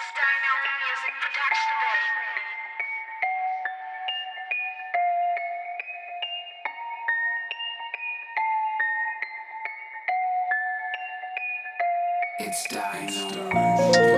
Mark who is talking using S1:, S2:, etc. S1: Dynamic Music Production Bay.
S2: It's Dino.